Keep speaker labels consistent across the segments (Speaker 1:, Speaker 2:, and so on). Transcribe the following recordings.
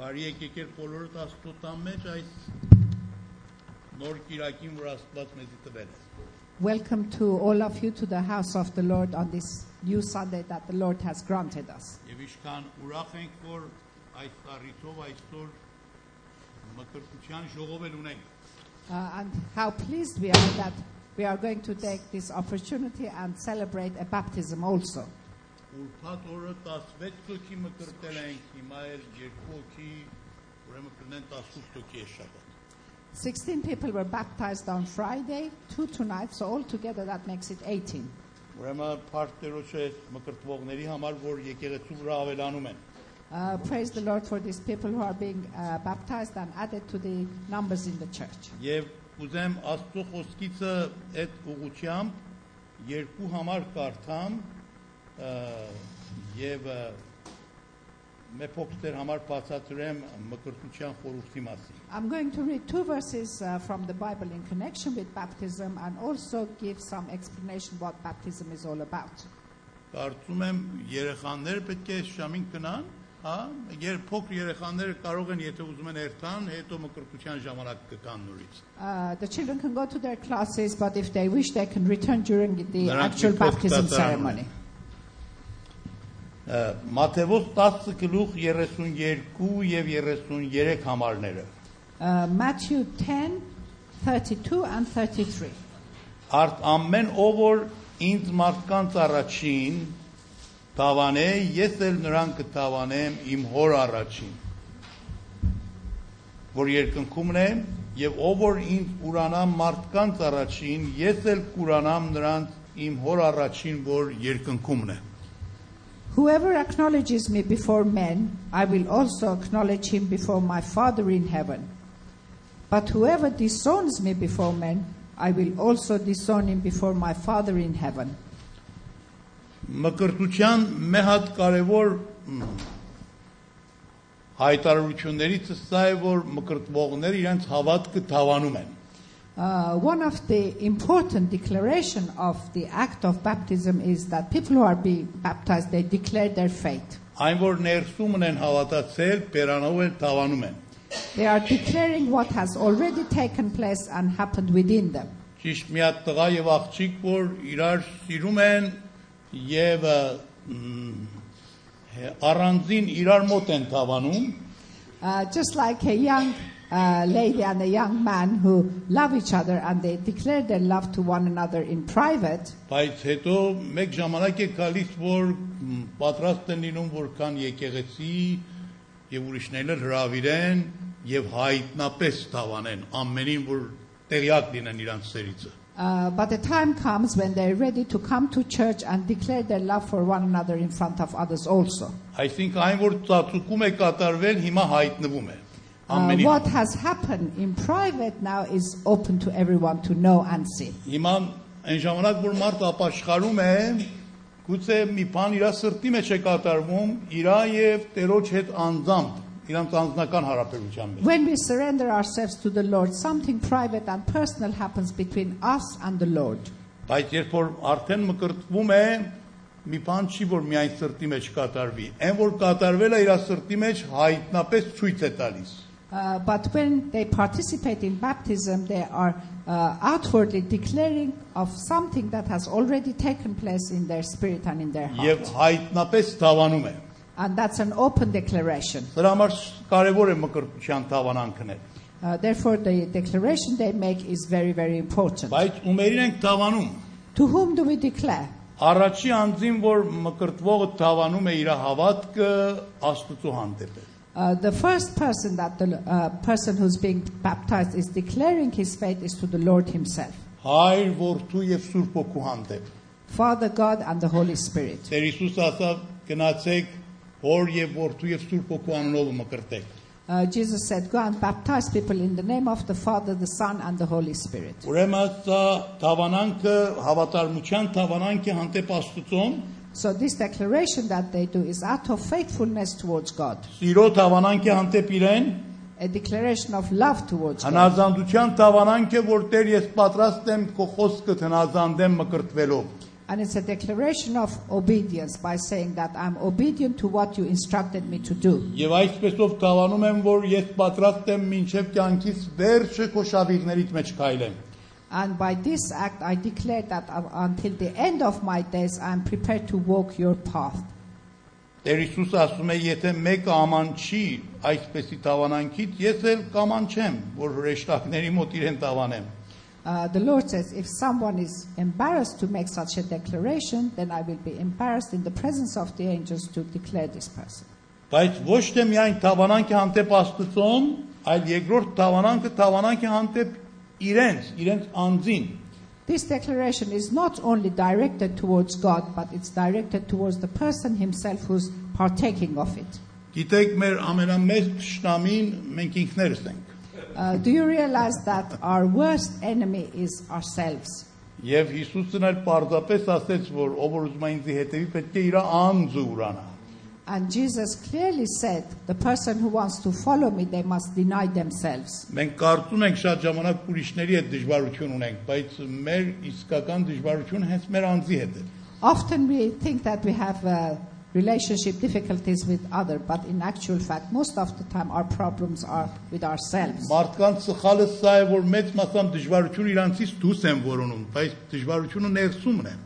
Speaker 1: Բարի եկեք եր բոլորդ աստոտան մեջ այս նոր կիրակին, որ աստված մեզի տվել է։
Speaker 2: Welcome to all of you to the house of the Lord on this new Sunday that the Lord has granted us.
Speaker 1: Եվ իշքան ուրախ ենք, որ այս տարիցով այսօր մկրտության ժողով էլ ունենք։
Speaker 2: Uh, and how pleased we are that we are going to take this opportunity and celebrate a baptism also.
Speaker 1: Ուրբաթ օրը 16 հոգի մկրտել ենք, հիմա էլ 2 հոգի, ուրեմն կնեն 18 հոգի է շաբաթ։
Speaker 2: 16 people were baptized on Friday, two tonight, so altogether that makes it 18.
Speaker 1: Ուրեմն Փարքերոջը մկրտվողների համար, որ եկեղեցու վրա ավելանում են։
Speaker 2: Uh, praise the Lord for these people who are being uh, baptized and added to the numbers in the church.
Speaker 1: Եվ ուզեմ Աստծո խոսքիցը այդ ուղությամբ երկու համար կարդամ ը, եւ ը, մեր փոքր համար բացատրեմ մկրտության խորհրդի մասին։
Speaker 2: I'm going to read two verses uh, from the Bible in connection with baptism and also give some explanation what baptism is all about.
Speaker 1: Կարծում եմ երեխաները պետք է այս ժամին կնան, հա, երբ փոքր երեխաները կարող են, եթե ուզում են երթան, հետո մկրտության ժամանակ կգան նորից։
Speaker 2: Uh, the children can go to their classes, but if they wish, they can return during the
Speaker 1: Նրանք
Speaker 2: actual
Speaker 1: մի
Speaker 2: baptism
Speaker 1: փոքր դատարան
Speaker 2: ceremony.
Speaker 1: Ա, Մատթեոս 10 գլուխ 32 եւ 33 համարները։
Speaker 2: Uh, Matthew 10, 32 and 33.
Speaker 1: Արդ ամեն ով որ ինձ մարդկանց առաջին տավանե, ես էլ նրան կտավանեմ իմ հոր առաջին։ Որ երկնքումն է, եւ ով որ ինձ ուրանամ մարդկանց առաջին, ես էլ կուրանամ նրանց իմ հոր առաջին, որ երկնքումն է։
Speaker 2: Whoever acknowledges me before men, I will also acknowledge him before my Father in heaven. But whoever disowns me before men, I will also disown him before my Father in heaven.
Speaker 1: Մկրտության մի հատ կարևոր մ, հայտարարություններից սա է, որ մկրտվողները իրենց հավատքը թավանում են։
Speaker 2: Uh, one of the important declaration of the act of baptism is that people who are being baptized, they declare their faith.
Speaker 1: Այն որ ներսումն են հավատացել, բերանով են տավանում են։
Speaker 2: They are declaring what has already taken place and happened within them.
Speaker 1: Ճիշտ մի հատ տղա եւ աղջիկ, որ իրար սիրում են եւ ը, մ, հե- առանձին իրար մոտ են տավանում,
Speaker 2: Uh, just like a young uh, lady and a young man who love each other and they declare their love to one another in private,
Speaker 1: բայց հետո մեկ ժամանակ է գալիս, որ մ, պատրաստ են լինում, որ կան եկեղեցի եւ ուրիշները հրավիրեն եւ հայտնապես տավանեն ամենին, որ տեղյակ լինեն իրանց սերիցը։
Speaker 2: uh, but the time comes when they're ready to come to church and declare their love for one another in front of others also.
Speaker 1: Այսինքն այն որ ծածուկում է կատարվել, հիմա հայտնվում է։
Speaker 2: Uh,
Speaker 1: Ամենի
Speaker 2: what has happened in private now is open to everyone to know and see.
Speaker 1: հիմա այն ժամանակ որ մարդը ապաշխարում է, գուցե մի բան իր սրտի մեջ է կատարվում, իր եւ Տերոջ հետ անձամբ իրանց անձնական հարաբերության մեջ։
Speaker 2: When we surrender ourselves to the Lord, something private and personal happens between us and the Lord.
Speaker 1: Բայց երբ որ արդեն մկրտվում է, մի բան չի որ միայն սրտի մեջ կատարվի։ Այն որ կատարվել է իր սրտի մեջ հայտնապես ցույց է տալիս։
Speaker 2: Uh, but when they participate in baptism, they are uh, outwardly declaring of something that has already taken place in their spirit and in their heart.
Speaker 1: Եվ հայտնապես դավանում է։
Speaker 2: And that's an open declaration.
Speaker 1: Դրա համար կարևոր է մկրտության դավանանքն է։
Speaker 2: Uh, therefore, the declaration they make is very, very important.
Speaker 1: Բայց ումերին ենք դավանում։
Speaker 2: To whom do we declare?
Speaker 1: Առաջի անձին, որ մկրտվողը դավանում է իր հավատքը Աստծո հանդեպ։ է։
Speaker 2: Uh, the first person that the uh, person who's being baptized is declaring his faith is to the Lord Himself,
Speaker 1: Հայր, Որդու եւ Սուրբ Հոգու հանդեպ։
Speaker 2: Father God, and the Holy Spirit.
Speaker 1: Տեր Հիսուս ասավ. «Գնացեք Հոր եւ Որդու եւ Սուրբ Հոգու անունով մկրտեք»։
Speaker 2: Uh, Jesus said, Go and baptize people in the name of the Father, the Son, and the Holy Spirit.
Speaker 1: Ուրեմն սա դավանանքը հավատարմության դավանանք է հանդեպ Աստծոն,
Speaker 2: So, this declaration that they do is out of faithfulness towards God,
Speaker 1: սիրո դավանանք է հանդեպ իրեն,
Speaker 2: a declaration of love towards God,
Speaker 1: հնազանդության դավանանք է, որ Տեր ես պատրաստ եմ քո խոսքը հնազանդեմ մկրտվելով։
Speaker 2: And it's a declaration of obedience by saying that I'm obedient to what you instructed me to do.
Speaker 1: Եվ այսպեսով դավանում եմ, որ ես պատրաստ եմ մինչև կյանքից վերջը քո շավիղներից մեջ քայլեմ։
Speaker 2: And by this act, I declare that uh, until the end of my days, I'm prepared to walk your path.
Speaker 1: Տեր Հիսուսը ասում է, եթե մեկը ամանչի այսպեսի դավանանքից, ես էլ կամանչեմ, որ հրեշտակների մոտ իրեն դավանեմ։
Speaker 2: Uh, the Lord says, if someone is embarrassed to make such a declaration, then I will be embarrassed in the presence of the angels to declare this person.
Speaker 1: Բայց ոչ թե միայն դավանանքը հանդեպ Աստծոն, այլ երկրորդ դավանանքը դավանանքը հանդեպ իրենց, իրենց անձին։
Speaker 2: This declaration is not only directed towards God, but it's directed towards the person himself who's partaking of it.
Speaker 1: Գիտեք, մեր ամենամեծ ճշնամին մենք ինքներս ենք։
Speaker 2: Uh, do you realize that our worst enemy is ourselves?
Speaker 1: Եվ Հիսուսն էլ պարզապես ասեց, որ ով որ ուզում է ինձ հետևի, պետք է իր անձը ուրանա։
Speaker 2: And Jesus clearly said, the person who wants to follow me, they must deny themselves.
Speaker 1: Մենք կարծում ենք շատ ժամանակ ուրիշների հետ դժվարություն ունենք, բայց մեր իսկական դժվարությունը հենց մեր անձի հետ է։
Speaker 2: Often we think that we have uh, relationship difficulties with other, but in actual fact, most of the time our problems are with ourselves.
Speaker 1: Մարդկանց սխալը սա է, որ մեծ մասամբ դժվարությունը իրանցից դուրս են որոնում, բայց դժվարությունը ներսումն է։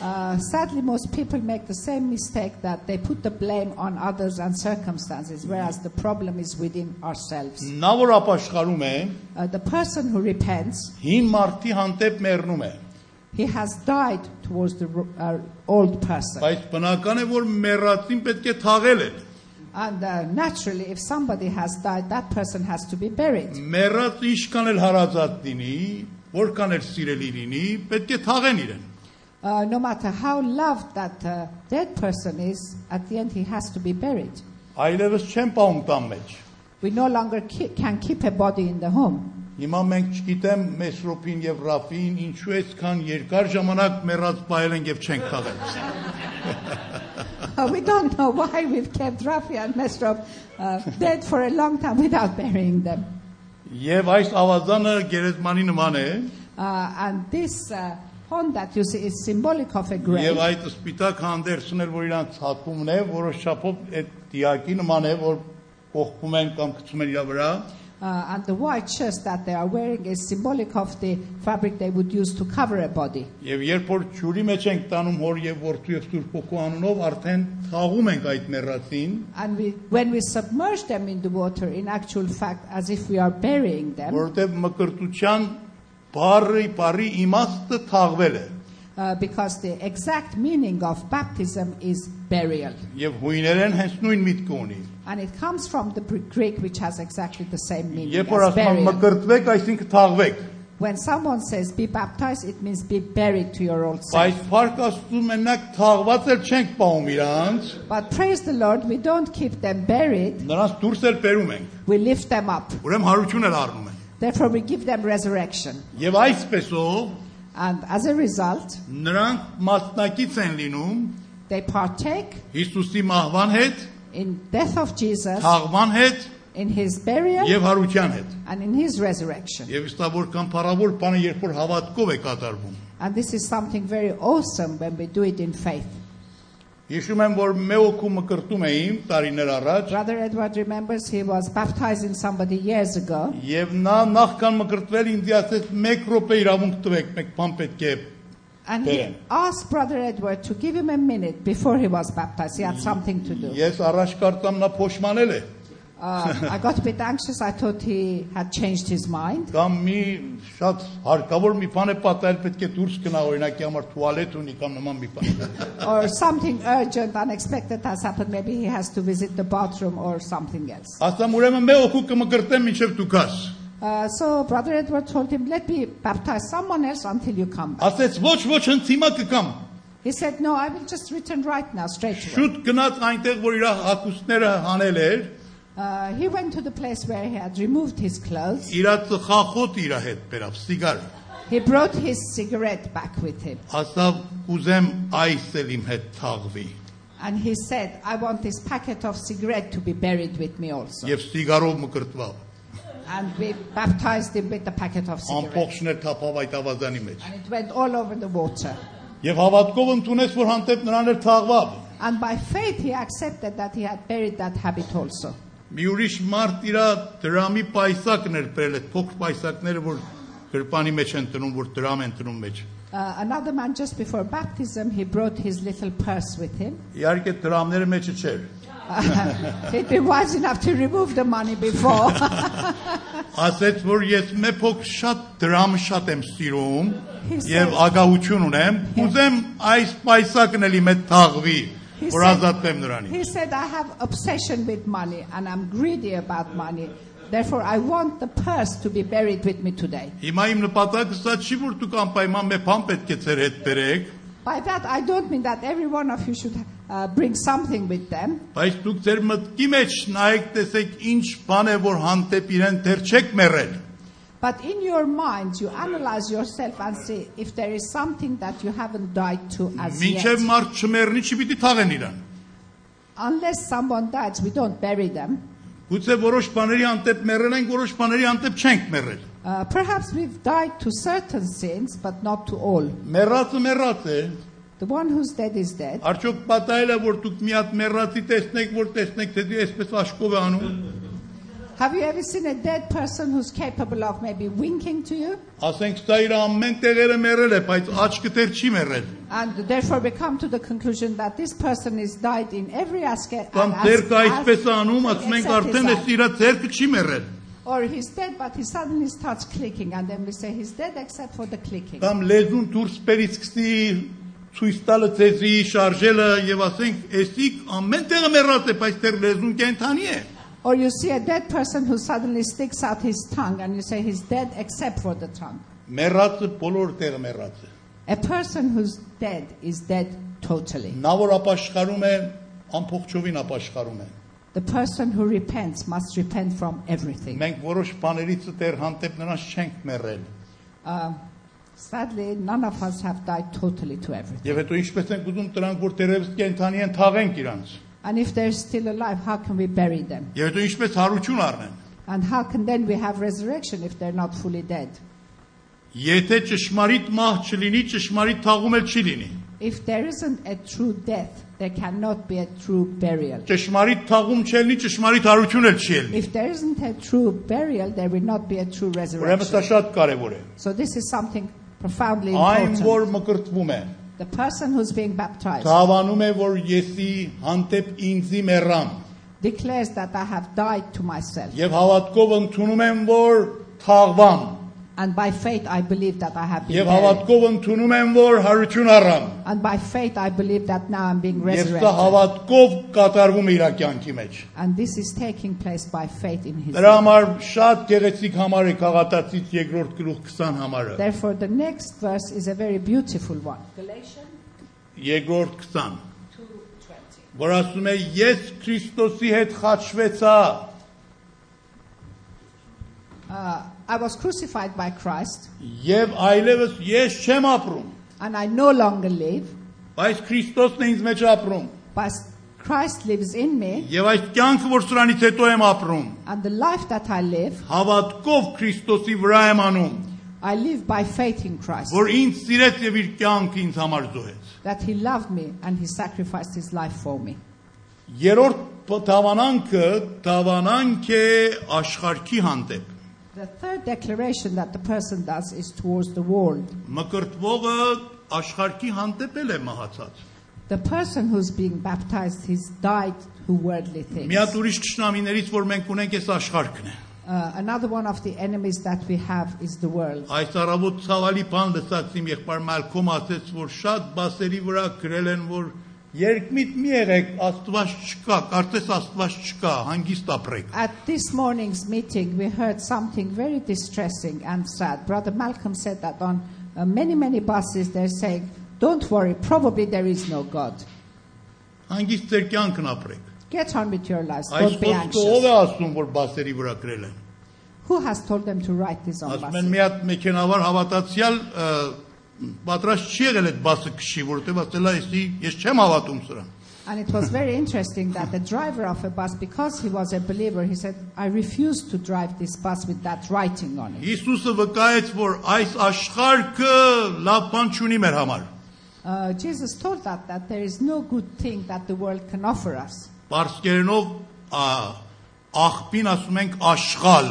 Speaker 2: Uh, sadly, most people make the same mistake that they put the blame on others and circumstances, whereas the problem is within ourselves.
Speaker 1: Նա որ ապաշխարում է,
Speaker 2: Uh, the person who repents,
Speaker 1: հին մարդի հանդեպ մեռնում է,
Speaker 2: he has died towards the ro- uh, old person.
Speaker 1: բայց բնական է, որ մեռածին պետք է թաղել են։
Speaker 2: And uh, naturally, if somebody has died, that person has to be buried.
Speaker 1: Մեռած ինչքան էլ հարազատ լինի, որքան էլ սիրելի լինի, պետք է թաղեն իրեն։
Speaker 2: Uh, no matter how loved that uh, dead person is, at the end he has to be buried.
Speaker 1: Այլևս չեմ պահում տան մեջ։
Speaker 2: We no longer ki- can keep a body in the home.
Speaker 1: Հիմա մենք չգիտեմ Մեսրոպին եւ Ռաֆին ինչու էսքան երկար ժամանակ մեռած պահել են եւ չեն թաղել։
Speaker 2: we don't know why we've kept Rafi and Mestrov uh, dead for a long time without burying them.
Speaker 1: Եվ այս ավազանը գերեզմանի նման է,
Speaker 2: Uh, and this uh, horn that you see is symbolic of a
Speaker 1: եւ
Speaker 2: grave.
Speaker 1: այդ սպիտակ հանդերձն էլ որ իրանց հակումն է, որոշ չափով այդ դիակի նման է, որ կողպում են կամ գցում են իր վրա։
Speaker 2: Uh, and the white shirt that they are wearing is symbolic of the fabric they would use to cover a body.
Speaker 1: Եվ երբ որ ջուրի մեջ ենք տանում հոր եւ որդու եւ Սուրբ Հոգու անունով արդեն թաղում ենք այդ մեռածին,
Speaker 2: And we, when we submerge them in the water, in actual fact, as if we are burying them,
Speaker 1: որովհետև մկրտության բարի բարի իմաստը թաղվել է
Speaker 2: uh, because the exact meaning of baptism is burial.
Speaker 1: եւ հույներեն հենց նույն միտքը ունի
Speaker 2: And it comes from the Br- Greek, which has exactly the same meaning
Speaker 1: երբ որ
Speaker 2: as
Speaker 1: ասում են
Speaker 2: burial.
Speaker 1: մկրտվեք այսինքն թաղվեք
Speaker 2: When someone says be baptized, it means be buried to your old self.
Speaker 1: բայց փառք Աստծո մենակ թաղված էլ չենք պահում իրանց
Speaker 2: But praise the Lord, we don't keep them buried,
Speaker 1: նրանց դուրս էլ բերում ենք
Speaker 2: we lift them up.
Speaker 1: ուրեմն հարություն էլ առնում են
Speaker 2: Therefore, we give them resurrection.
Speaker 1: եւ այսպեսով
Speaker 2: And as a result,
Speaker 1: նրանք մասնակից են լինում
Speaker 2: they partake
Speaker 1: Հիսուսի մահվան հետ
Speaker 2: in death of Jesus,
Speaker 1: թաղման հետ
Speaker 2: in his burial,
Speaker 1: եւ հարության հետ
Speaker 2: and in his resurrection.
Speaker 1: եւ ըստ որքան փառավոր բանը երբ որ հավատքով է կատարվում
Speaker 2: And this is something very awesome when we do it in faith.
Speaker 1: Հիշում եմ, որ մեոքու մկրտում էի տարիներ առաջ,
Speaker 2: Brother Edward remembers he was baptizing somebody years ago,
Speaker 1: եւ նա նախքան մկրտվել ինձ ասեց 1 րոպե իրավունք տվեք, մեկ բան պետք է։
Speaker 2: and he
Speaker 1: Amen.
Speaker 2: asked Brother Edward to give him a minute before he was baptized. He had something to do.
Speaker 1: Ես առաջ կարծամ նա փոշմանել է,
Speaker 2: Uh, I got a bit anxious. I thought he had changed his mind.
Speaker 1: կամ մի շատ հարկավոր մի բան է պատահել, պետք է դուրս գնա, օրինակի համար туалет ունի կամ նման մի բան։
Speaker 2: Or something urgent, unexpected has happened. Maybe he has to visit the bathroom or something else.
Speaker 1: Ասամ ուրեմն մեոքու կմկրտեմ մինչև դու գաս։
Speaker 2: Uh, so Brother Edward told him, Let me baptize someone else until you come back.
Speaker 1: Ասեց ոչ ոչ հենց հիմա կգամ։
Speaker 2: He said, No, I will just return right now, straight away.
Speaker 1: Շուտ գնաց այնտեղ, որ իր հակուսները հանել էր,
Speaker 2: Uh, he went to the place where he had removed his clothes.
Speaker 1: իր ծխախոտ իր հետ բերավ, սիգար։
Speaker 2: He brought his cigarette back with him.
Speaker 1: ասավ կուզեմ այս էլ իմ հետ թաղվի
Speaker 2: And he said, I want this packet of cigarette to be buried with me also.
Speaker 1: եւ սիգարով մկրտվա
Speaker 2: And we baptized him with the packet of cigarette.
Speaker 1: ամբողջն էր թափավ այդ ավազանի մեջ
Speaker 2: And it went all over the water.
Speaker 1: Եվ հավատքով ընդունես, որ հանդեպ նրան էր թաղվապ։
Speaker 2: And by faith he accepted that he had buried that habit also.
Speaker 1: Մի ուրիշ մարդ իր դրամի պայսակն էր բերել, այդ փոքր պայսակները, որ գրպանի մեջ են տնում, որ դրամ են տնում մեջ։
Speaker 2: Uh, another man, just before baptism, he brought his little purse with him.
Speaker 1: Իհարկե դրամները մեջը չէր։
Speaker 2: He'd been wise enough to remove the money before.
Speaker 1: Ասեց, որ ես մե փոքր շատ դրամ շատ եմ սիրում
Speaker 2: He said-
Speaker 1: եւ ագահություն ունեմ, ուզեմ այս պայսակն էլի մեծ թաղվի,
Speaker 2: He
Speaker 1: որ
Speaker 2: said-
Speaker 1: ազատվեմ նրանից։
Speaker 2: he said, I have obsession with money and I'm greedy about money. Therefore, I want the purse to be buried with me today.
Speaker 1: Հիմա իմ նպատակը սա չի, որ դուք անպայման մե փան պետք է ծեր հետ բերեք,
Speaker 2: By that, I don't mean that every one of you should uh, bring something with them.
Speaker 1: Բայց դուք ձեր մտքի մեջ նայեք, տեսեք ինչ բան է, որ հանդեպ իրեն դեռ չեք մեռել։
Speaker 2: But in your mind, you analyze yourself and see if there is something that you haven't died to as yet.
Speaker 1: Մինչև մարդ չմեռնի, չպիտի թաղեն իրան։
Speaker 2: Unless someone dies, we don't bury them.
Speaker 1: Գուցե որոշ բաների հանդեպ մեռել ենք, որոշ բաների հանդեպ չենք մեռել։
Speaker 2: Uh, perhaps we've died to certain sins, but not to all.
Speaker 1: Մեռածը մեռած է։
Speaker 2: The one who's dead is dead.
Speaker 1: Արդյոք պատահել է, որ դուք մի հատ մեռածի տեսնեք, որ տեսնեք, թե դու այսպես աշկով է անում։
Speaker 2: Have you ever seen a dead person who's capable of maybe winking to you?
Speaker 1: Ասենք սա իր ամեն տեղերը մեռել է, բայց աչքը դեռ չի մեռել։
Speaker 2: And therefore, we come to the conclusion that this person is died in every aspect.
Speaker 1: Կամ ձերքը այսպես է անում, ասում ենք արդեն է իր ձերքը չի մեռել։
Speaker 2: Or he's dead, but he suddenly starts clicking, and then we say he's dead except for the clicking.
Speaker 1: կամ լեզուն դուրս բերի սկսի ցույց տալը ծեզի շարժելը եւ ասենք էսիկ ամեն տեղը մեռած է բայց դեռ լեզուն կենթանի է
Speaker 2: Or you see a dead person who suddenly sticks out his tongue, and you say he's dead except for the tongue.
Speaker 1: մեռածը բոլոր տեղը մեռած է
Speaker 2: A person who's dead is dead totally.
Speaker 1: նա որ ապաշխարում է ամփոխջովին ապաշխարում է
Speaker 2: The person who repents must repent from everything.
Speaker 1: մենք որոշ բաներից դեռ հանդեպ նրանց չենք մեռել
Speaker 2: Uh, sadly, none of us have died totally to everything.
Speaker 1: եւ հետո ինչպես ենք ուզում դրանք որ դերևս կենթանի են թաղենք իրանց
Speaker 2: And if they're still alive, how can we bury them?
Speaker 1: եւ հետո ինչպես հարություն առնեն
Speaker 2: And how can then we have resurrection if they're not fully dead?
Speaker 1: եթե ճշմարիտ մահ չլինի ճշմարիտ թաղում էլ չի լինի
Speaker 2: If there isn't a true death, there cannot be a true burial.
Speaker 1: ճշմարիտ թաղում չի լինի ճշմարիտ հարություն էլ չի լինի
Speaker 2: If there isn't a true burial, there will not be a true
Speaker 1: Ուրեմն սա
Speaker 2: resurrection.
Speaker 1: շատ կարևոր է։
Speaker 2: So this is something profoundly
Speaker 1: Այն որ
Speaker 2: important.
Speaker 1: մկրտվում է,
Speaker 2: The person who's being baptized
Speaker 1: ցավանում է, որ եսի հանդեպ ինձի մեռամ
Speaker 2: declares that I have died to myself.
Speaker 1: եւ հավատքով ընդունում եմ, որ թաղվամ
Speaker 2: And by faith, I believe that I have been
Speaker 1: եւ
Speaker 2: buried.
Speaker 1: հավատքով ընդունում եմ, որ հարություն առամ։
Speaker 2: And by faith, I believe that now I'm being
Speaker 1: Եվ սա
Speaker 2: resurrected.
Speaker 1: հավատքով կատարվում է իր կյանքի մեջ։
Speaker 2: And this is taking place by faith in His
Speaker 1: Դրա
Speaker 2: name.
Speaker 1: համար շատ գեղեցիկ համար է Խաղատացից 2-րդ գլուխ 20 համարը։
Speaker 2: Therefore, the next verse is a very beautiful one.
Speaker 1: 2-րդ 20 որ ասում է ես Քրիստոսի հետ խաչվեցա
Speaker 2: Uh, I was crucified by Christ,
Speaker 1: եւ այլևս ես չեմ ապրում
Speaker 2: and I no longer live,
Speaker 1: Բայց Քրիստոսն է ինձ մեջ ապրում։
Speaker 2: but Christ lives in me,
Speaker 1: Եվ այս կյանքը, որ սրանից հետո եմ ապրում,
Speaker 2: and the life that I live,
Speaker 1: հավատքով Քրիստոսի վրա եմ անում,
Speaker 2: I live by faith in Christ,
Speaker 1: որ ինձ սիրեց եւ իր կյանքը ինձ համար զոհեց։
Speaker 2: that He loved me and He sacrificed His life for me.
Speaker 1: Երրորդ բ- դավանանքը դավանանք է աշխարհի հանդեպ։
Speaker 2: The third declaration that the person does is towards the world.
Speaker 1: Մկրտվողը աշխարհի հանդեպ էլ է մահացած։
Speaker 2: The person who's being baptized, he's died to worldly things.
Speaker 1: Մի հատ ուրիշ ճշնամիներից, որ մենք ունենք, այս աշխարհքն է։
Speaker 2: Uh, another one of the enemies that we have is the world.
Speaker 1: Այս առավոտ ցավալի բան լսած իմ եղբայր Մալքոմ ասեց, որ շատ բասերի վրա գրել են, որ երկմիտ մի եղեք, Աստված չկա, կարծես Աստված չկա, հանգիստ ապրեք։
Speaker 2: At this morning's meeting, we heard something very distressing and sad. Brother Malcolm said that on uh, many, many buses, they're saying, Don't worry, probably there is no God.
Speaker 1: Հանգիստ ձեր կյանքն ապրեք։
Speaker 2: Get on with your lives,
Speaker 1: Այս
Speaker 2: don't be
Speaker 1: խոսքը ով
Speaker 2: anxious.
Speaker 1: է ասում, որ բասերի վրա գրել են։
Speaker 2: Who has told them to write this on
Speaker 1: Ասում են
Speaker 2: buses?
Speaker 1: մի հատ մեքենավար հավատացյալ ը, պատրաստ չի եղել այդ բասը քշի, որովհետև ասել է, «Էսի ես չեմ հավատում սրան»։
Speaker 2: And it was very interesting that the driver of a bus, because he was a believer, he said, I refuse to drive this bus with that writing on it.
Speaker 1: Հիսուսը վկայեց, որ այս աշխարհը լավ բան չունի մեր համար։
Speaker 2: Uh, Jesus told us that there is no good thing that the world can offer us.
Speaker 1: Պարսկերենով ա, աղբին ասում ենք աշխալ։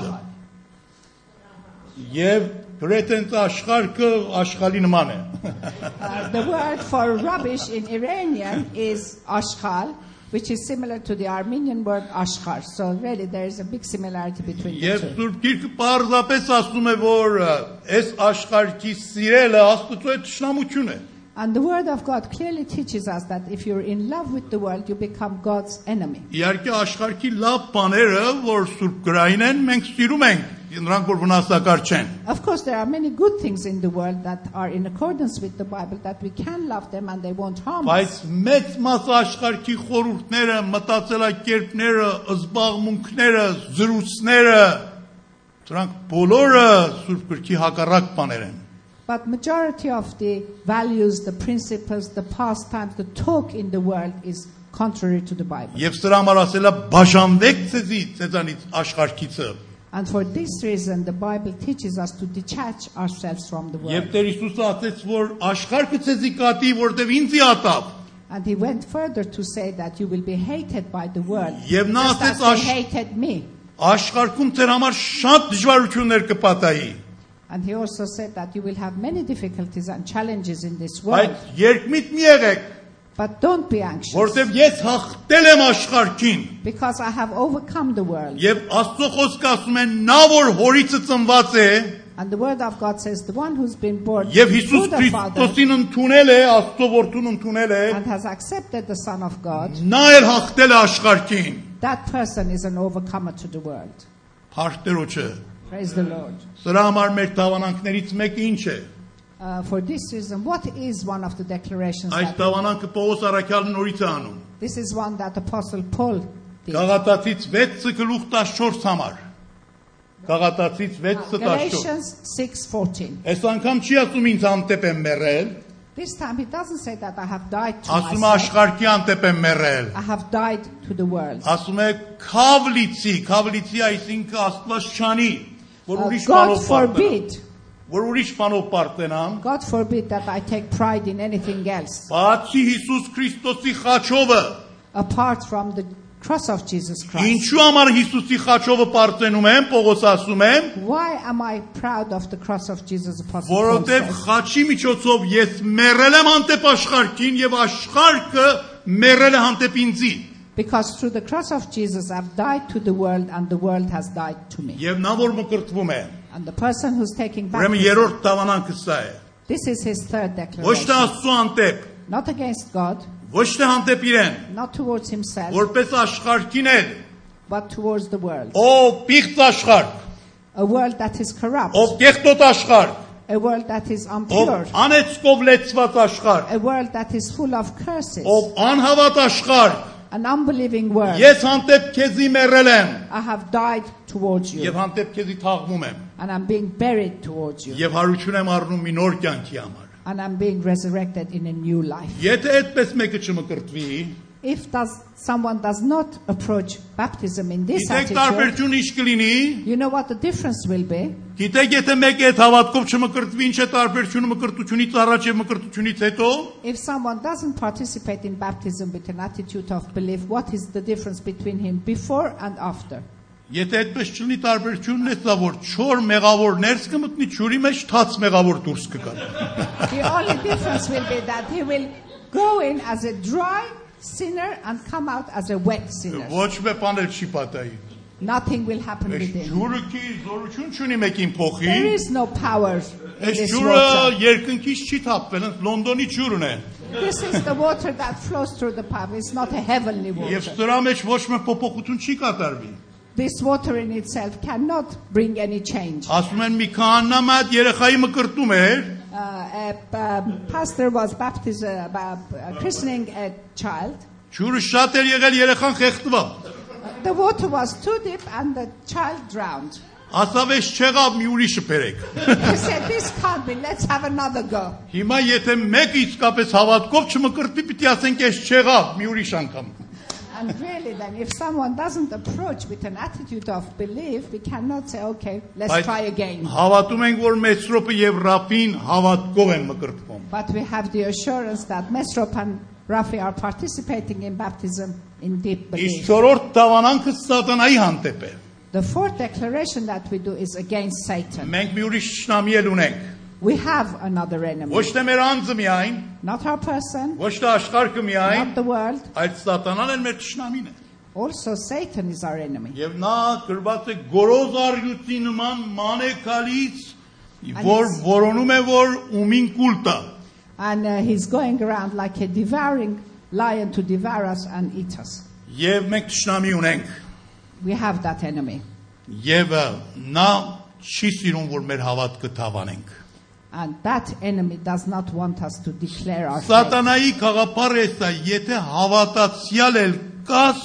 Speaker 1: Եվ գրեթե աշխարհը աշխալի նման է։
Speaker 2: Uh, the word for rubbish in Iranian is ashkal, which is similar to the Armenian word ashkar. So really there is a big similarity between the
Speaker 1: Եվ
Speaker 2: two.
Speaker 1: Սուրբ Գիրքը պարզապես ասում է, որ ա, այս աշխարհի սիրելը Աստծո հետ ճշնամություն է։
Speaker 2: And the word of God clearly teaches us that if you're in love with the world, you become God's enemy.
Speaker 1: Իհարկե աշխարհի լավ բաները, որ Սուրբ գրային են, մենք սիրում ենք։ Նրանք որ վնասակար չեն։
Speaker 2: Of course, there are many good things in the world that are in accordance with the Bible that we can love them and they won't harm us.
Speaker 1: Բայց մեծ մաս աշխարհի խորհուրդները, մտածելակերպները, զբաղմունքները, զրույցները, դրանք բոլորը Սուրբ գրքի հակառակ բաներ են։
Speaker 2: But majority of the values, the principles, the pastimes, the talk in the world is contrary to the Bible.
Speaker 1: Եվ սրա համար ասելա բաժանվեք ցեզի, ցեզանից աշխարհքիցը։
Speaker 2: And for this reason, the Bible teaches us to detach ourselves from the
Speaker 1: Եվ
Speaker 2: world.
Speaker 1: Տեր Հիսուսը ասեց, որ աշխարհը ցեզի կատի, որտեվ ինձի ատավ։
Speaker 2: And he went further to say that you will be hated by the world.
Speaker 1: Եվ նա
Speaker 2: just
Speaker 1: ասեց
Speaker 2: as they
Speaker 1: աշ-
Speaker 2: hated me.
Speaker 1: Աշխարհքում ձեր համար շատ դժվարություններ կպատահի,
Speaker 2: And he also said that you will have many difficulties and challenges in this world.
Speaker 1: բայց երկմիտ մի եղեք,
Speaker 2: But don't be anxious.
Speaker 1: որտեվ ես հաղթել եմ աշխարհքին։
Speaker 2: Because I have overcome the world.
Speaker 1: Եվ Աստծո խոսքը ասում է նա որ հորիցը ծնված է
Speaker 2: And the word of God says, the one who's been born
Speaker 1: եւ
Speaker 2: to
Speaker 1: Հիսուս
Speaker 2: the Father
Speaker 1: Քրիստոսին ընդունել է, Աստծո որդուն ընդունել է,
Speaker 2: and has accepted the Son of God,
Speaker 1: նա էլ հաղթել է աշխարհքին։
Speaker 2: that person is an overcomer to the world.
Speaker 1: Փարտերոջը։
Speaker 2: Praise the Lord.
Speaker 1: Սրա համար մեր դավանանքներից մեկը ինչ է։
Speaker 2: Uh, for this reason, what is one of the declarations?
Speaker 1: Այս
Speaker 2: That,
Speaker 1: դավանանքը Պողոս Արաքյալն նորից է անում։
Speaker 2: this is one that Apostle Paul did.
Speaker 1: Գաղատացից 6-ը գլուխ 14 համար։ Գաղատացից 6-ը 14։
Speaker 2: Galatians 6:14.
Speaker 1: Այս անգամ չի ասում ինձ անտեպ եմ մեռել,
Speaker 2: This time he doesn't say that I have died to
Speaker 1: ասում է
Speaker 2: myself.
Speaker 1: աշխարհքի անտեպ եմ մեռել։
Speaker 2: I have died to the world.
Speaker 1: ասում է քավլիցի, քավլիցի այսինքն Աստված չանի, որ
Speaker 2: Uh,
Speaker 1: ուրիշ
Speaker 2: God
Speaker 1: բանով պարտենամ,
Speaker 2: forbid.
Speaker 1: որ ուրիշ բանով պարտենամ,
Speaker 2: God forbid that I take pride in anything else.
Speaker 1: բացի Հիսուս Քրիստոսի խաչովը։
Speaker 2: apart from the cross of Jesus Christ.
Speaker 1: Ինչու համար Հիսուսի խաչովը պարտենում եմ, Պողոս ասում եմ,
Speaker 2: Why am I proud of the cross of Jesus Apostle Paul
Speaker 1: որովհետև
Speaker 2: says?
Speaker 1: խաչի միջոցով ես մեռել եմ հանդեպ աշխարհքին եւ աշխարհը մեռել է հանդեպ ինձի։
Speaker 2: Because through the cross of Jesus I've died to the world and the world has died to me.
Speaker 1: Եվ նա որ մկրտվում է։
Speaker 2: And the person who's taking back
Speaker 1: Ուրեմն
Speaker 2: his-
Speaker 1: երրորդ տավանանքը սա է։
Speaker 2: this is his third
Speaker 1: Ոչ թե
Speaker 2: declaration.
Speaker 1: Աստծո հանդեպ,
Speaker 2: Not against God,
Speaker 1: ոչ թե հանդեպ իրեն,
Speaker 2: not towards himself,
Speaker 1: որպես աշխարհքին էլ
Speaker 2: but towards the world.
Speaker 1: Ով պիղծ աշխարհ,
Speaker 2: A world that is corrupt,
Speaker 1: ով կեղտոտ աշխարհ,
Speaker 2: a world that is
Speaker 1: ով
Speaker 2: unpure,
Speaker 1: անեցկով լեցված աշխարհ,
Speaker 2: a world that is full of curses,
Speaker 1: ով անհավատ աշխարհ,
Speaker 2: an unbelieving world.
Speaker 1: ես հանդեպ քեզի մեռել եմ
Speaker 2: I have died towards you
Speaker 1: եւ հանդեպ քեզի թաղվում եմ
Speaker 2: and I'm being buried towards you.
Speaker 1: եւ հարություն եմ առնում մի նոր կյանքի համար։
Speaker 2: and I'm being resurrected in a new life.
Speaker 1: Եթե այդպես մեկը չմկրտվի,
Speaker 2: If does, someone does not approach baptism in this
Speaker 1: գիտեք
Speaker 2: attitude,
Speaker 1: տարբերություն ինչ կլինի։
Speaker 2: you know what the difference will be?
Speaker 1: Գիտեք, եթե մեկը այդ հավատքով չմկրտվի, ինչ է տարբերությունը մկրտությունից առաջ եւ մկրտությունից հետո։
Speaker 2: If someone doesn't participate in baptism with an attitude of belief, what is the difference between him before and after?
Speaker 1: Եթե այդպես չլինի տարբերությունն է սա, որ 4 մեղավոր ներս կմտնի, ճյուրի մեջ թաց մեղավոր դուրս կգա։
Speaker 2: The only difference will be that he will go in as a dry sinner and come out as a wet sinner.
Speaker 1: Ոչ մի բան էլ չի պատահի։
Speaker 2: Nothing will happen
Speaker 1: Այս
Speaker 2: with him.
Speaker 1: ջուրը քի զորություն չունի մեկին փոխի։
Speaker 2: There is no power in
Speaker 1: Այս
Speaker 2: this
Speaker 1: ջուրը
Speaker 2: water.
Speaker 1: երկնքից չի թափվել, ընդ Լոնդոնի ջուրն է։
Speaker 2: This is the water that flows through the pipe. It's not a heavenly
Speaker 1: Եվ
Speaker 2: water.
Speaker 1: սրա մեջ ոչ մի փոփոխություն չի կատարվի։
Speaker 2: This water in itself cannot bring any change. Uh,
Speaker 1: Ասում են մի քաննամ այդ երեխայի մկրտում էր,
Speaker 2: a, a pastor was baptized, uh, ba- uh, christening a child.
Speaker 1: ջուրը շատ էր եղել երեխան խեղդվա։
Speaker 2: The water was too deep and the child drowned.
Speaker 1: Ասավ էս չեղավ մի ուրիշը բերեք։
Speaker 2: He said, This can't be, let's have another go.
Speaker 1: Հիմա եթե մեկ իսկապես հավատքով չմկրտի, պիտի ասենք էս չեղավ մի ուրիշ անգամ։
Speaker 2: And really, then, if someone doesn't approach with an attitude of belief, we cannot say, Okay, let's try again.
Speaker 1: հավատում ենք, որ Մեսրոպը եւ Ռաֆին հավատքով են մկրտվում։
Speaker 2: But we have the assurance that Mesrop and Rafi are participating in baptism in
Speaker 1: Իսկ
Speaker 2: deep belief.
Speaker 1: 4-րդ դավանանքը սատանայի հանդեպ է։
Speaker 2: The fourth declaration that we do is against Satan.
Speaker 1: Մենք մի ուրիշ ճշնամիել ունենք։
Speaker 2: We have another enemy,
Speaker 1: Ոչ թե մեր անձը միայն,
Speaker 2: not our person,
Speaker 1: ոչ թե աշխարհը միայն,
Speaker 2: not the world.
Speaker 1: այլ սատանան էլ մեր ճշնամին է։
Speaker 2: Also, Satan is our enemy.
Speaker 1: Եվ նա գրված է գորոզ արյուծի նման մանեկալից, որ
Speaker 2: Անից։
Speaker 1: որոնում է որ ումին կուլտա։
Speaker 2: And uh, he's going around like a devouring lion to devour us and eat us.
Speaker 1: Եվ մենք ճշնամի ունենք։
Speaker 2: We have that enemy.
Speaker 1: Եվ ը, նա չի սիրում որ մեր հավատքը թավանենք։
Speaker 2: And that enemy does not want us to declare our faith.
Speaker 1: Սատանայի խաղապարը էսա, եթե հավատացյալ էլ կաս,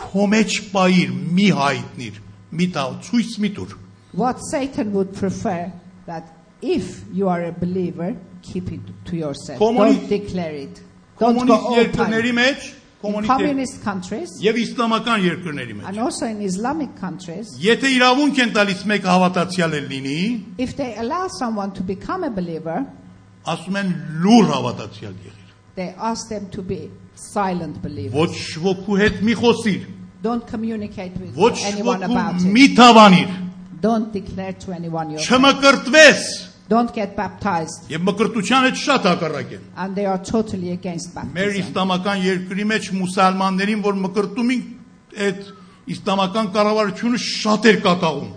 Speaker 1: քո մեջ պայիր, մի հայտնիր, մի տալ ցույց մի տուր։
Speaker 2: What Satan would prefer that if you are a believer, keep it to yourself.
Speaker 1: Communist-
Speaker 2: Don't declare it. Don't go
Speaker 1: Կոմունիստ
Speaker 2: all time.
Speaker 1: երկրների մեջ,
Speaker 2: In
Speaker 1: կոմունիստ երկ-
Speaker 2: communist countries
Speaker 1: եւ իսլամական երկրների մեջ։
Speaker 2: and also in Islamic countries,
Speaker 1: Եթե իրավունք են տալիս մեկ հավատացյալ էլ լինի,
Speaker 2: if they allow someone to become a believer,
Speaker 1: ասում են լուր հավատացյալ եղիր։
Speaker 2: they ask them to be silent believers.
Speaker 1: Ոչ ոքու հետ մի խոսիր,
Speaker 2: Don't communicate with
Speaker 1: ոչ
Speaker 2: anyone about
Speaker 1: ոքու
Speaker 2: it.
Speaker 1: մի թավանիր,
Speaker 2: Don't declare to anyone your
Speaker 1: չմկրտվես։
Speaker 2: Don't get baptized.
Speaker 1: Եվ մկրտության հետ շատ հակառակ են։
Speaker 2: And they are totally against
Speaker 1: Մեր
Speaker 2: baptism.
Speaker 1: իսլամական երկրի մեջ մուսալմաններին, որ մկրտում են այդ իսլամական կառավարությունը շատ էր կատաղում։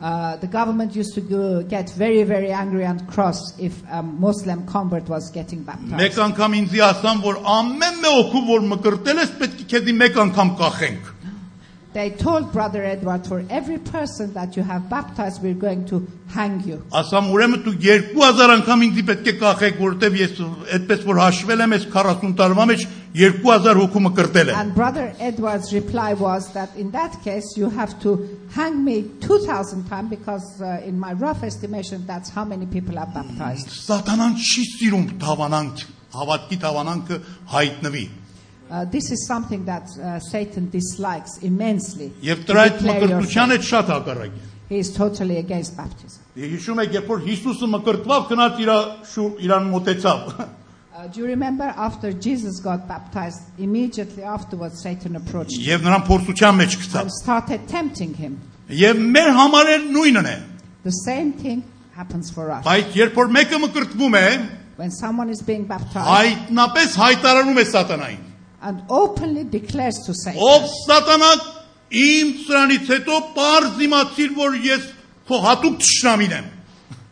Speaker 2: Uh, the government used to go, get very, very angry and cross if a Muslim convert was getting baptized.
Speaker 1: Մեկ անգամ ինձ ասան, որ ամեն մե օգու որ մկրտել ես, պետք է քեզի մեկ անգամ կախենք։
Speaker 2: They told Brother Edward, for every person that you have baptized, we're going to hang you.
Speaker 1: Ասամ ուրեմն դու 2000 անգամ ինձ պետք է կախեք, որովհետև ես այդպես որ հաշվել եմ, ես 40 տարվա մեջ 2000 հոգու մկրտել եմ։
Speaker 2: And Brother Edward's reply was that in that case, you have to hang me 2,000 times because, uh, in my rough estimation, that's how many people are
Speaker 1: Mm.
Speaker 2: baptized.
Speaker 1: Սատանան չի սիրում թավանանք, հավատքի թավանանքը հայտնվի։
Speaker 2: Uh, this is something that uh, Satan dislikes immensely.
Speaker 1: Եվ
Speaker 2: to
Speaker 1: դրա այդ
Speaker 2: declare your
Speaker 1: մկրտության հետ շատ հակառակ է։
Speaker 2: faith. He is totally against baptism.
Speaker 1: Դե Հիշում եք, երբ որ Հիսուսը մկրտվավ, գնաց իր շուր իրան մոտեցավ։
Speaker 2: Uh, do you remember after Jesus got baptized, immediately afterwards Satan approached him
Speaker 1: Եվ նրան փորձության մեջ
Speaker 2: and
Speaker 1: գցավ։
Speaker 2: started tempting him?
Speaker 1: Եվ մեր համար էլ նույնն է։
Speaker 2: The same thing happens for us.
Speaker 1: Բայց երբ որ մեկը մկրտվում է,
Speaker 2: When someone is being baptized
Speaker 1: հայտնապես հայտարարում է սատանային։
Speaker 2: and openly declares to Satan,
Speaker 1: Ով սատանա իմ սրանից հետո པարզ իմացիր, որ ես քո հատուկ ճշնամին եմ։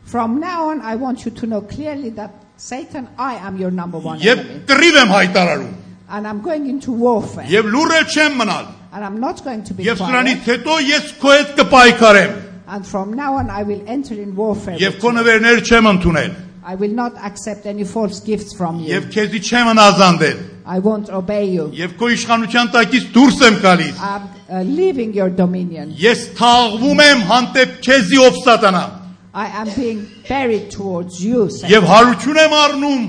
Speaker 2: From now on, I want you to know clearly that Satan, I am your number one
Speaker 1: Եվ
Speaker 2: enemy.
Speaker 1: կռիվ եմ հայտարարում։
Speaker 2: And I'm going into warfare.
Speaker 1: Եվ լուրը չեմ մնալ։
Speaker 2: And I'm not going to be
Speaker 1: Եվ
Speaker 2: quiet.
Speaker 1: սրանից հետո ես քո հետ կպայքարեմ։
Speaker 2: And from now on, I will enter in warfare.
Speaker 1: Եվ
Speaker 2: with
Speaker 1: քո
Speaker 2: you.
Speaker 1: նվերներ չեմ ընդունել։
Speaker 2: I will not accept any false gifts from you.
Speaker 1: Եվ քեզի չեմ անազանդել։
Speaker 2: I won't obey you.
Speaker 1: Եվ քո իշխանության տակից դուրս եմ գալիս։
Speaker 2: I'm uh, leaving your dominion.
Speaker 1: Ես թաղվում եմ հանդեպ քեզի ով սատանա։
Speaker 2: I am being buried towards you, Satan.
Speaker 1: Եվ հարություն եմ առնում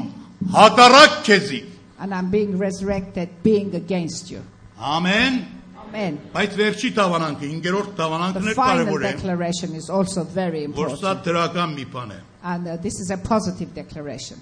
Speaker 1: հակառակ քեզի։
Speaker 2: And I'm being resurrected, being against you.
Speaker 1: Ամեն։
Speaker 2: Amen.
Speaker 1: Բայց վերջի տավանանքը, 5-րդ տավանանքն
Speaker 2: The
Speaker 1: է
Speaker 2: final
Speaker 1: կարևոր է,
Speaker 2: declaration is also very
Speaker 1: որ
Speaker 2: important.
Speaker 1: սա դրական մի բան է։
Speaker 2: And uh, this is a positive declaration.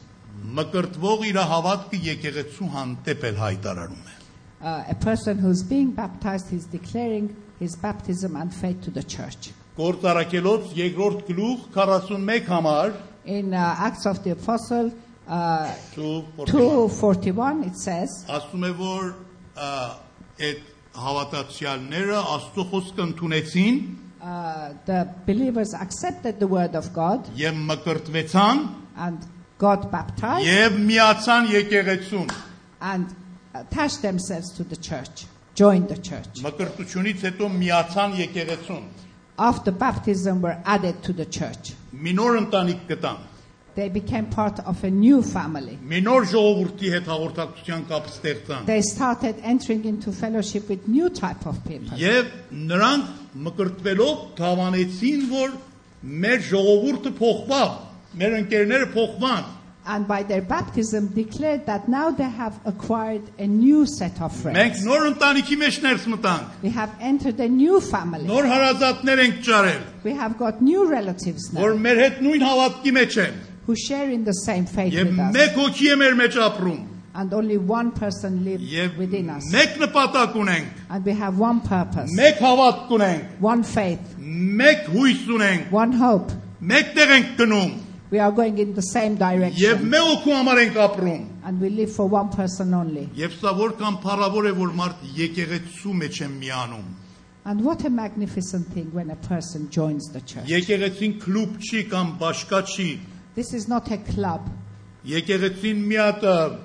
Speaker 1: Մկրտվող իր հավատքը եկեղեցու հանդեպ էլ հայտարարում է։
Speaker 2: Uh, a person who's being baptized is declaring his baptism and faith to the church.
Speaker 1: Գործարակելոց 2-րդ գլուխ 41 համար
Speaker 2: In uh, Acts of the Apostle uh,
Speaker 1: դու
Speaker 2: 2:41, it says,
Speaker 1: ասում է որ ա, այդ հավատացյալները Աստծո խոսքը ընդունեցին
Speaker 2: uh, the believers accepted the word of God
Speaker 1: եւ մկրտվեցան
Speaker 2: and got baptized
Speaker 1: եւ միացան եկեղեցուն։
Speaker 2: and attached themselves to the church, joined the church.
Speaker 1: Մկրտությունից հետո միացան եկեղեցուն։
Speaker 2: After baptism, were added to the church.
Speaker 1: Մինոր ընտանիք գտան։
Speaker 2: They became part of a new family.
Speaker 1: Մինոր ժողովրդի հետ հաղորդակցության կապ ստեղծան։
Speaker 2: They started entering into fellowship with new type of people.
Speaker 1: Եվ նրանք մկրտվելով դավանեցին, որ մեր ժողովուրդը փոխվավ, մեր ընկերները փոխվան։
Speaker 2: and by their baptism declared that now they have acquired a new set of friends.
Speaker 1: Մենք նոր ընտանիքի մեջ ներս մտանք։
Speaker 2: we have entered a new family.
Speaker 1: Նոր հարազատներ ենք ճարել,
Speaker 2: We have got new relatives now
Speaker 1: որ մեր հետ նույն հավատքի մեջ են։
Speaker 2: who share in the same faith
Speaker 1: Եվ
Speaker 2: with us.
Speaker 1: մեկ հոգի է մեր մեջ ապրում։
Speaker 2: And only one person lives
Speaker 1: Եվ
Speaker 2: within us.
Speaker 1: մեկ նպատակ ունենք,
Speaker 2: and we have one purpose,
Speaker 1: մեկ հավատք ունենք,
Speaker 2: one faith,
Speaker 1: մեկ հույս ունենք,
Speaker 2: one hope.
Speaker 1: մեկ տեղ ենք գնում
Speaker 2: We are going in the same
Speaker 1: եւ
Speaker 2: direction.
Speaker 1: մեկ հոգու համար ենք ապրում։
Speaker 2: And we live for one person only.
Speaker 1: Եվ սա որքան փառավոր է, որ մարդ եկեղեցու մեջ է միանում։
Speaker 2: And what a magnificent thing when a person joins the church.
Speaker 1: Եկեղեցին կլուբ չի կամ բաշկա չի։
Speaker 2: This is not a club.
Speaker 1: Եկեղեցին մի հատ ը,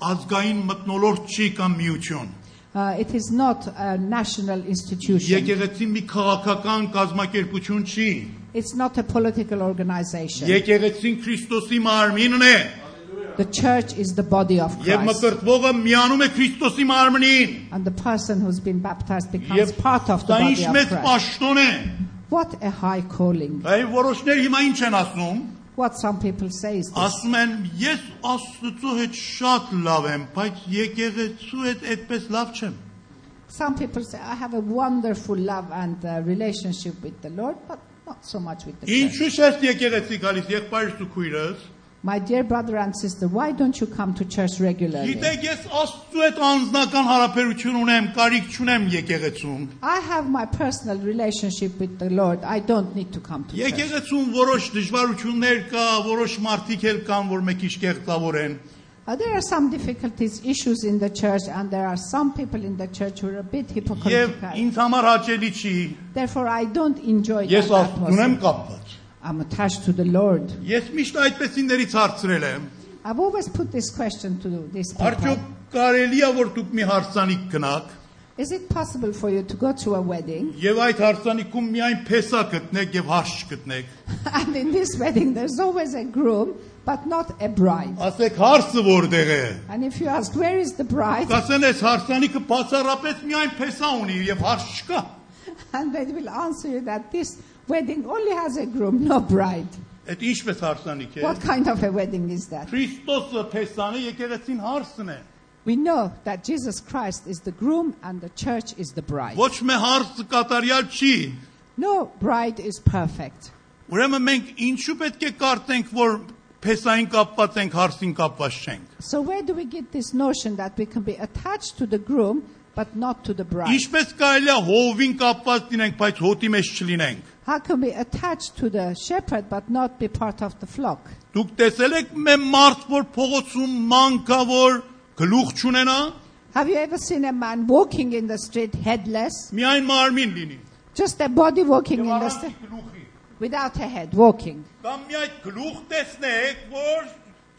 Speaker 1: ազգային մտնոլորտ չի կամ միություն։
Speaker 2: Uh, it is not a national institution.
Speaker 1: Եկեղեցին մի քաղաքական կազմակերպություն չի։
Speaker 2: It's not a political organization.
Speaker 1: Եկեղեցին Քրիստոսի մարմինն է
Speaker 2: The church is the body of
Speaker 1: եւ
Speaker 2: Christ.
Speaker 1: մկրտվողը միանում է Քրիստոսի մարմնին։
Speaker 2: And the person who's been baptized becomes
Speaker 1: Եվ
Speaker 2: part of the
Speaker 1: դա
Speaker 2: body
Speaker 1: ինչ
Speaker 2: of
Speaker 1: մեծ
Speaker 2: Christ.
Speaker 1: պաշտոն է։
Speaker 2: What a high calling.
Speaker 1: Այ որոշներ հիմա ինչ են ասում։
Speaker 2: What some people say is this.
Speaker 1: Ասում են ես Աստծո հետ շատ լավ եմ, բայց եկեղեցու հետ այդպես լավ չեմ։
Speaker 2: Some people say, I have a wonderful love and uh, relationship with the Lord, but not so much with the church.
Speaker 1: Ինչու՞ ես եկեղեցի գալիս եղբայրս ու քույրս։
Speaker 2: My dear brother and sister, why don't you come to church regularly?
Speaker 1: Գիտեք, ես Աստծո հետ անձնական հարաբերություն ունեմ, կարիք չունեմ եկեղեցում։
Speaker 2: I have my personal relationship with the Lord. I don't need to come to church.
Speaker 1: Եկեղեցում որոշ դժվարություններ կա, որոշ մարդիկ էլ կան, որ մեկիչ կեղծավոր են։
Speaker 2: Uh, there are some difficulties, issues in the church, and there are some people in the church who are a bit
Speaker 1: Եվ
Speaker 2: hypocritical.
Speaker 1: ինձ համար հաճելի չի։
Speaker 2: Therefore, I don't enjoy
Speaker 1: Ես
Speaker 2: that
Speaker 1: Աստծուն եմ
Speaker 2: atmosphere.
Speaker 1: կապված։
Speaker 2: I'm attached to the Lord.
Speaker 1: Ես միշտ այդպեսիներից հարցրել եմ։
Speaker 2: I've always put this question to these people.
Speaker 1: Արդյոք կարելի է որ դուք մի հարցանիք գնաք
Speaker 2: Is it possible for you to go to a wedding?
Speaker 1: եւ այդ հարցանիքում միայն փեսա գտնեք եւ հարց չգտնեք։
Speaker 2: and in this wedding, there's always a groom, but not a bride.
Speaker 1: Ասեք հարցը որտեղ է։
Speaker 2: And if you ask, where is the bride?
Speaker 1: Կասեն այս հարցանիքը բացառապես միայն փեսա ունի եւ հարց չկա։
Speaker 2: and they will answer you that this wedding only has a groom, no bride.
Speaker 1: Այդ ինչպես հարցանիք է։
Speaker 2: What kind of a wedding is that?
Speaker 1: Քրիստոսը փեսանը եկեղեցին հարցն է։
Speaker 2: We know that Jesus Christ is the groom and the church is the bride.
Speaker 1: Ոչ մի հարց կատարյալ չի։
Speaker 2: No bride is perfect.
Speaker 1: Ուրեմն մենք ինչու պետք է կարծենք, որ փեսային կապված ենք, հարցին կապված չենք։
Speaker 2: So where do we get this notion that we can be attached to the groom but not to the bride?
Speaker 1: Ինչպես կարելի է հովին կապված լինենք, բայց հոտի մեջ չլինենք։
Speaker 2: How can we attach to the shepherd but not be part of the flock?
Speaker 1: Դուք տեսել եք մե մարդ, որ փողոցում մանկա, որ գլուխ չունենա,
Speaker 2: Have you ever seen a man walking in the street headless?
Speaker 1: միայն մարմին լինի։
Speaker 2: Just a body walking in
Speaker 1: Եվ
Speaker 2: the
Speaker 1: առանց
Speaker 2: street
Speaker 1: գլուխի։
Speaker 2: without a head, walking.
Speaker 1: Կամ մի այդ գլուխ տեսնեք, որ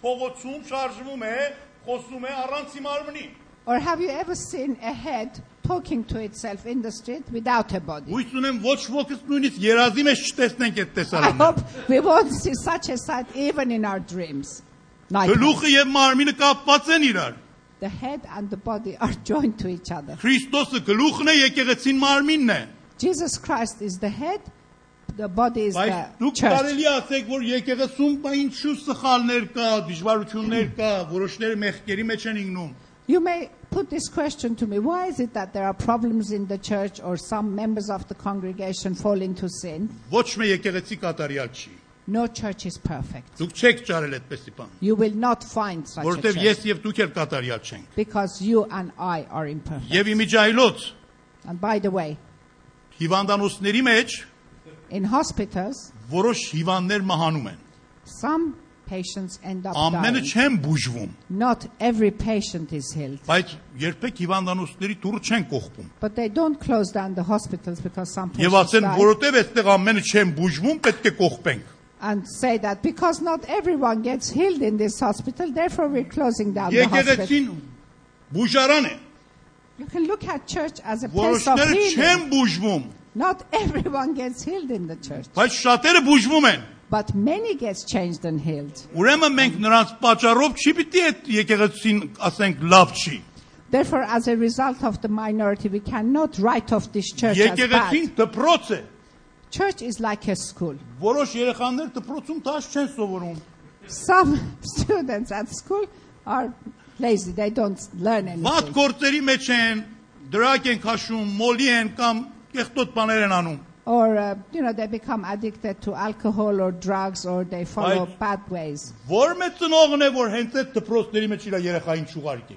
Speaker 1: փողոցում շարժվում է, խոսում է առանց իմ արմնի։
Speaker 2: Or have you ever seen a head talking to itself in the street without a body?
Speaker 1: Հույս ունեմ ոչ ոքս նույնիսկ երազի մեջ չտեսնենք այդ
Speaker 2: I
Speaker 1: տեսարանը։
Speaker 2: hope we won't see such a sight even in our dreams. Nightmares.
Speaker 1: Գլուխը եւ մարմինը կապված են իրար։
Speaker 2: The head and the body are joined to each other.
Speaker 1: Քրիստոսը գլուխն է, եկեղեցին մարմինն է։
Speaker 2: Jesus Christ is the head, the body is
Speaker 1: Բայց
Speaker 2: the
Speaker 1: դուք
Speaker 2: church.
Speaker 1: կարելի ասեք, որ եկեղեցում բա ինչու սխալներ կա, դժվարություններ կա, որոշները մեղքերի մեջ են ինգնում։
Speaker 2: You may put this question to me why is it that there are problems in the church or some members of the congregation fall into sin?
Speaker 1: Ոչ մի եկեղեցի կատարյալ չի։
Speaker 2: No church is perfect.
Speaker 1: Դուք չեք ճարել այդպեսի բան,
Speaker 2: You will not find such a
Speaker 1: որովհետեւ
Speaker 2: church
Speaker 1: ես եւ դուք էլ կատարյալ չենք։
Speaker 2: because you and I are imperfect.
Speaker 1: Եվ իմիջայլոց
Speaker 2: And by the way,
Speaker 1: հիվանդանոցների մեջ
Speaker 2: in hospitals,
Speaker 1: որոշ հիվանդներ մահանում են։
Speaker 2: some patients end up
Speaker 1: Ամենը
Speaker 2: dying.
Speaker 1: չեն բուժվում։
Speaker 2: Not every patient is healed.
Speaker 1: Բայց երբեք հիվանդանոցների դուռը չեն կողպում։
Speaker 2: But they don't close down the hospitals because some
Speaker 1: Եվ
Speaker 2: patients
Speaker 1: ասեն,
Speaker 2: die.
Speaker 1: որովհետև այստեղ ամենը չեն բուժվում, պետք է կողպենք։
Speaker 2: and say that because not everyone gets healed in this hospital, therefore we're closing down the hospital.
Speaker 1: Եկեղեցին բուժարան է։
Speaker 2: You can look at church as a place of
Speaker 1: Որոշները չեն
Speaker 2: healing.
Speaker 1: բուժվում,
Speaker 2: Not everyone gets healed in the church,
Speaker 1: բայց շատերը բուժվում են։
Speaker 2: but many gets changed and healed.
Speaker 1: Ուրեմն մենք նրանց պատճառով չի պիտի այդ եկեղեցին ասենք լավ չի։
Speaker 2: Therefore, as a result of the minority, we cannot write off this church as
Speaker 1: Եկեղեցին
Speaker 2: bad.
Speaker 1: դպրոց է։
Speaker 2: Church is like a school.
Speaker 1: Որոշ երեխաներ դպրոցում տաս չեն սովորում։
Speaker 2: Some students at school are lazy; they don't learn
Speaker 1: Վատ
Speaker 2: anything.
Speaker 1: գործերի մեջ են, դրակ են քաշում, մոլի են կամ կեղտոտ բաներ են անում։
Speaker 2: or uh, you know they become addicted to alcohol or drugs or they follow
Speaker 1: Այդ-
Speaker 2: bad ways
Speaker 1: Որ մեծ ծնողն է, որ հենց այդ դպրոցների մեջ իր երեխային շուղարկի։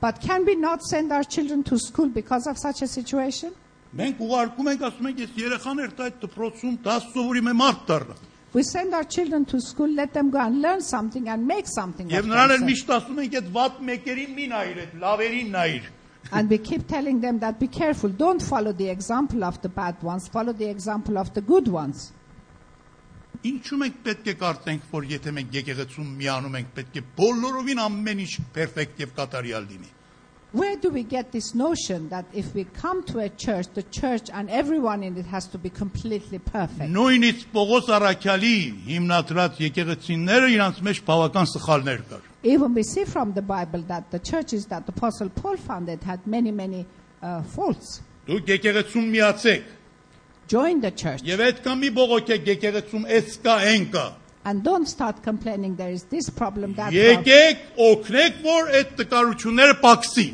Speaker 2: but can we not send our children to school because of such a situation
Speaker 1: Մենք ուղարկում ենք, ասում ենք, ես երեխան էր այդ դպրոցում 10 սովորի մե մարդ դառնա։
Speaker 2: we send our children to school let them go and learn something and make something
Speaker 1: Եվ
Speaker 2: of
Speaker 1: նրան էլ
Speaker 2: themselves.
Speaker 1: միշտ ասում ենք, այդ ված մեկերին մի նայիր, այդ լավերին նայիր։
Speaker 2: and we keep telling them that be careful don't follow the example of the bad ones follow the example of the good ones
Speaker 1: Ինչու մենք պետք է կարծենք, որ եթե մենք եկեղեցում միանում ենք, պետք է բոլորովին ամեն ինչ perfect եւ կատարյալ լինի։
Speaker 2: Where do we get this notion that if we come to a church, the church and everyone in it has to be completely perfect?
Speaker 1: Նույնիսկ Պողոս Արաքյալի հիմնադրած եկեղեցիները իրանց մեջ բավական սխալներ կար։
Speaker 2: Even we see from the Bible that the churches that Apostle Paul founded had many, many uh, faults.
Speaker 1: Դուք եկեղեցում միացեք
Speaker 2: Join the church
Speaker 1: եւ այդքան մի բողոքեք եկեղեցում էս կա, այն կա։
Speaker 2: and don't start complaining there is this problem, that problem.
Speaker 1: Եկեք, օգնեք, որ այդ տկարությունները փակսի,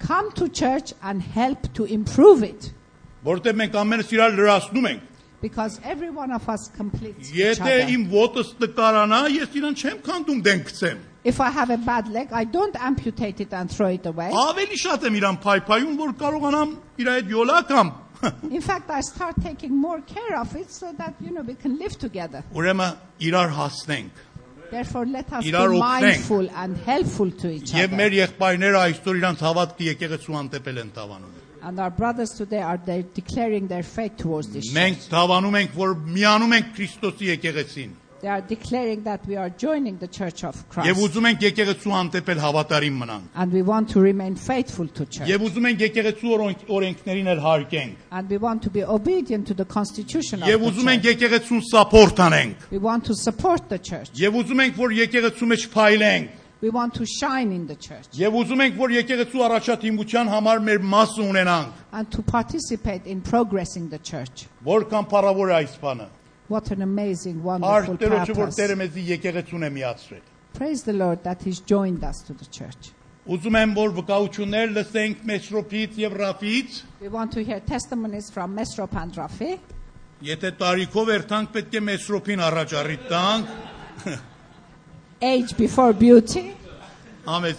Speaker 2: Come to church and help to improve it
Speaker 1: որտեղ մենք ամենս իրար լրացնում ենք։
Speaker 2: because every one of us completes each
Speaker 1: Եթե
Speaker 2: other.
Speaker 1: իմ ոտս տկարանա, ես իրան չեմ քանդում դեն գցեմ։
Speaker 2: If I have a bad leg, I don't amputate it and throw it away.
Speaker 1: Ավելի շատ եմ իրան փայփայում, որ կարողանամ իր այդ յոլակամ։
Speaker 2: In fact, I start taking more care of it so that you know we can live together.
Speaker 1: Ուրեմն իրար հասնենք։
Speaker 2: Therefore, let us be
Speaker 1: Իրար օգնենք։
Speaker 2: mindful and helpful to each
Speaker 1: Եվ
Speaker 2: other.
Speaker 1: մեր եղբայրները այսօր իրանց հավատքը եկեղեցու անտեպել են տավանում։
Speaker 2: And our brothers today are they declaring their faith towards this church.
Speaker 1: Մենք տավանում ենք, որ միանում ենք Քրիստոսի եկեղեցին։
Speaker 2: They are declaring that we are joining the Church of
Speaker 1: Եվ
Speaker 2: Christ,
Speaker 1: ուզում ենք եկեղեցու անտեպել հավատարիմ մնանք։
Speaker 2: and we want to remain faithful to church,
Speaker 1: Եվ ուզում ենք եկեղեցու օրենք- օրենքներին էլ հարգենք։
Speaker 2: and we want to be obedient to the Constitution of
Speaker 1: Եվ
Speaker 2: the
Speaker 1: ուզում
Speaker 2: church.
Speaker 1: ենք եկեղեցուն սապորտ անենք։
Speaker 2: We want to support the church.
Speaker 1: Եվ ուզում ենք, որ եկեղեցու մեջ փայլենք։
Speaker 2: We want to shine in the church
Speaker 1: Եվ ուզում ենք, որ եկեղեցու առաջադիմության համար մեր մասը ունենանք,
Speaker 2: and to participate in progressing the church.
Speaker 1: որքան փառավոր է այս բանը։
Speaker 2: What an amazing, wonderful
Speaker 1: Արդյոք որ
Speaker 2: purpose.
Speaker 1: Տերը մեզի եկեղեցուն է միացրել։
Speaker 2: Praise the Lord that He's joined us to the church.
Speaker 1: Ուզում եմ, որ վկայություններ լսենք Մեսրոպից եւ Ռաֆից։
Speaker 2: We want to hear testimonies from Mesrop and Rafi.
Speaker 1: Եթե տարիքով երթանք, պետք է Մեսրոպին առաջ առիթ տանք։
Speaker 2: Age before beauty.
Speaker 1: Ամեն